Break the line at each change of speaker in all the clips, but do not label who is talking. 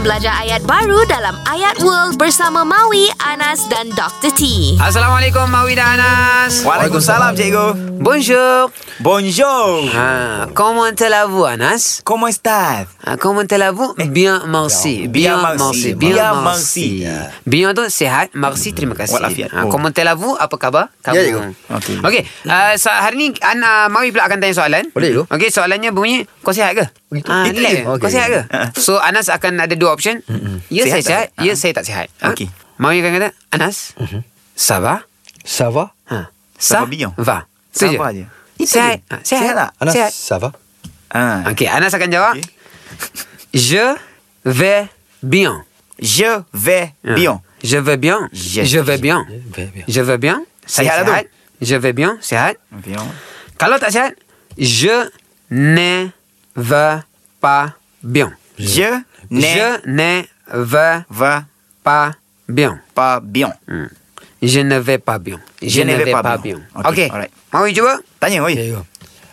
belajar ayat baru dalam Ayat World bersama Maui, Anas dan Dr. T.
Assalamualaikum Mawi dan Anas.
Waalaikumsalam, cikgu.
Bonjour.
Bonjour.
Ah, comment allez-vous Anas?
Comment estás?
Ah, comment allez-vous? Bien, merci.
Bien, merci.
Bien,
Bien,
merci.
merci.
Bien tu sihat. Merci, terima kasih.
Walafiat.
Ah,
Oh.
comment allez-vous? Apa khabar? Kamu?
Ya, cikgu.
Okey.
Okey.
Okey. Ah, so, hari ni Ana Mawi pula akan tanya soalan.
Boleh, cikgu.
Okey, soalannya bunyi kau sihat ke?
Begitu.
Ah,
Itu
relax.
je.
Kau
Okey.
sihat ke? So Anas akan ada dua option. Ya saya
Sihat tak
sihat,
sihat?
ya saya tak sihat. Ah,
Okey.
Mawi akan kata, Anas. Ça va?
Ça va
Ha. Ça
Ça va bien.
va. E
Ça
Tu Ah,
va
je.
je.
Sihat. Ha, Sihat.
Sihat tak?
Anas,
Sihat.
ça va
Ah.
Okey, Anas akan jawab.
Okey.
Je vais bien.
Je vais
Ha.
bien.
Je vais bien.
Je-
Je vais bien.
vais bien.
Je vais bien. Saya
Sihat lah tu.
sihat. Je vais bien. Sihat.
Bien.
Kalau tak sihat, je ne vais pas bien.
Je ne
Je ne vais
vais
pas bien.
pas bien.
Hmm. Je ne vais pas bien. Je ne vais pas bien. Okey.
Okey, alright.
Mau cuba?
Tanya,
Ya,
Eh.
oi.
ya.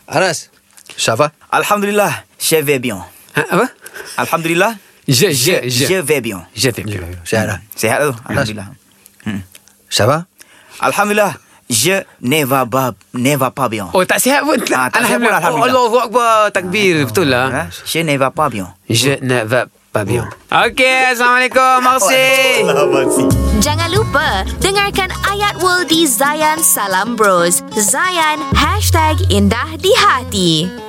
Anas, ça va
Alhamdulillah, je vais bien.
Ha, apa?
Alhamdulillah,
Hein, Je je je.
je vais bien.
Je vais bien.
Sihat dah
Sihat tu? Alhamdulillah.
Ça va
Alhamdulillah, je ne vais pas, ne vais pas bien.
Oh tak sihat pun
Ah, tak sihat pun,
Alhamdulillah Oh,
Alhamdulillah.
Allahu Akbar Takbir Betul lah
Ha? Hein? Je ne vais pas bien.
Je ne vais pas bien Okay Assalamualaikum Merci
Jangan lupa, dengarkan Ayat World di Zayan Salam Bros. Zayan, hashtag indah di hati.